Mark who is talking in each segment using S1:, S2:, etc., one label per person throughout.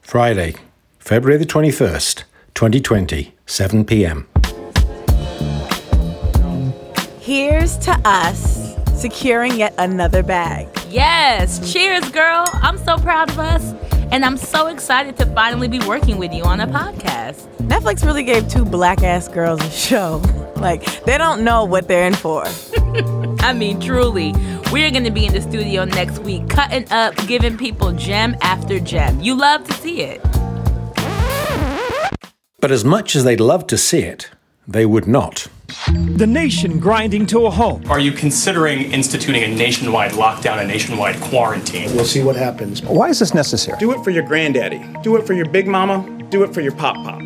S1: Friday, February the 21st, 2020, 7 pm.
S2: Here's to us securing yet another bag.
S3: Yes, cheers, girl. I'm so proud of us. And I'm so excited to finally be working with you on a podcast.
S2: Netflix really gave two black ass girls a show. Like, they don't know what they're in for.
S3: I mean, truly, we're going to be in the studio next week, cutting up, giving people gem after gem. You love to see it.
S1: But as much as they'd love to see it, they would not.
S4: The nation grinding to a halt.
S5: Are you considering instituting a nationwide lockdown, a nationwide quarantine?
S6: We'll see what happens.
S7: Why is this necessary?
S8: Do it for your granddaddy. Do it for your big mama. Do it for your pop pop.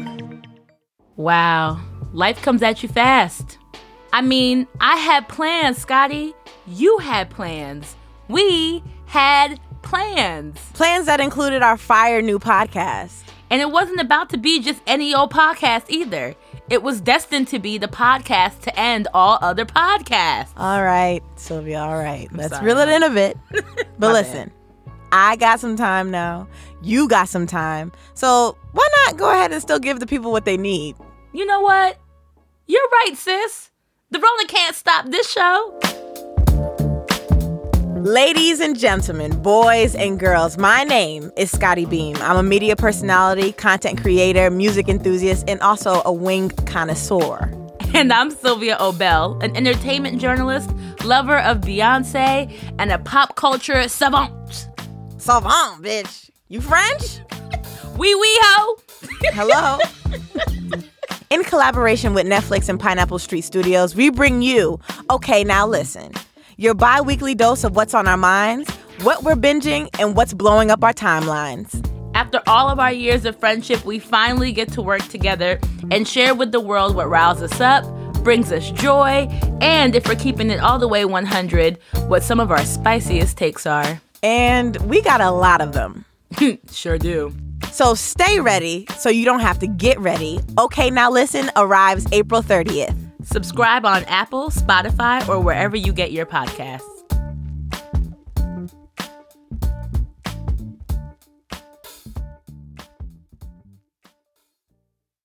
S3: Wow, life comes at you fast. I mean, I had plans, Scotty. You had plans. We had plans.
S2: Plans that included our fire new podcast.
S3: And it wasn't about to be just any old podcast either. It was destined to be the podcast to end all other podcasts.
S2: All right, Sylvia, all right. Let's
S3: sorry.
S2: reel it in a bit. but listen, I got some time now. You got some time. So why not go ahead and still give the people what they need?
S3: You know what? You're right, sis. The Rona can't stop this show.
S2: Ladies and gentlemen, boys and girls, my name is Scotty Beam. I'm a media personality, content creator, music enthusiast, and also a wing connoisseur.
S3: And I'm Sylvia Obel, an entertainment journalist, lover of Beyonce, and a pop culture savant.
S2: Savant, bitch. You French?
S3: Wee wee ho!
S2: Hello. In collaboration with Netflix and Pineapple Street Studios, we bring you, okay, now listen, your bi weekly dose of what's on our minds, what we're binging, and what's blowing up our timelines.
S3: After all of our years of friendship, we finally get to work together and share with the world what riles us up, brings us joy, and if we're keeping it all the way 100, what some of our spiciest takes are.
S2: And we got a lot of them.
S3: Sure do.
S2: So stay ready so you don't have to get ready. Okay, now listen arrives April 30th.
S3: Subscribe on Apple, Spotify, or wherever you get your podcasts.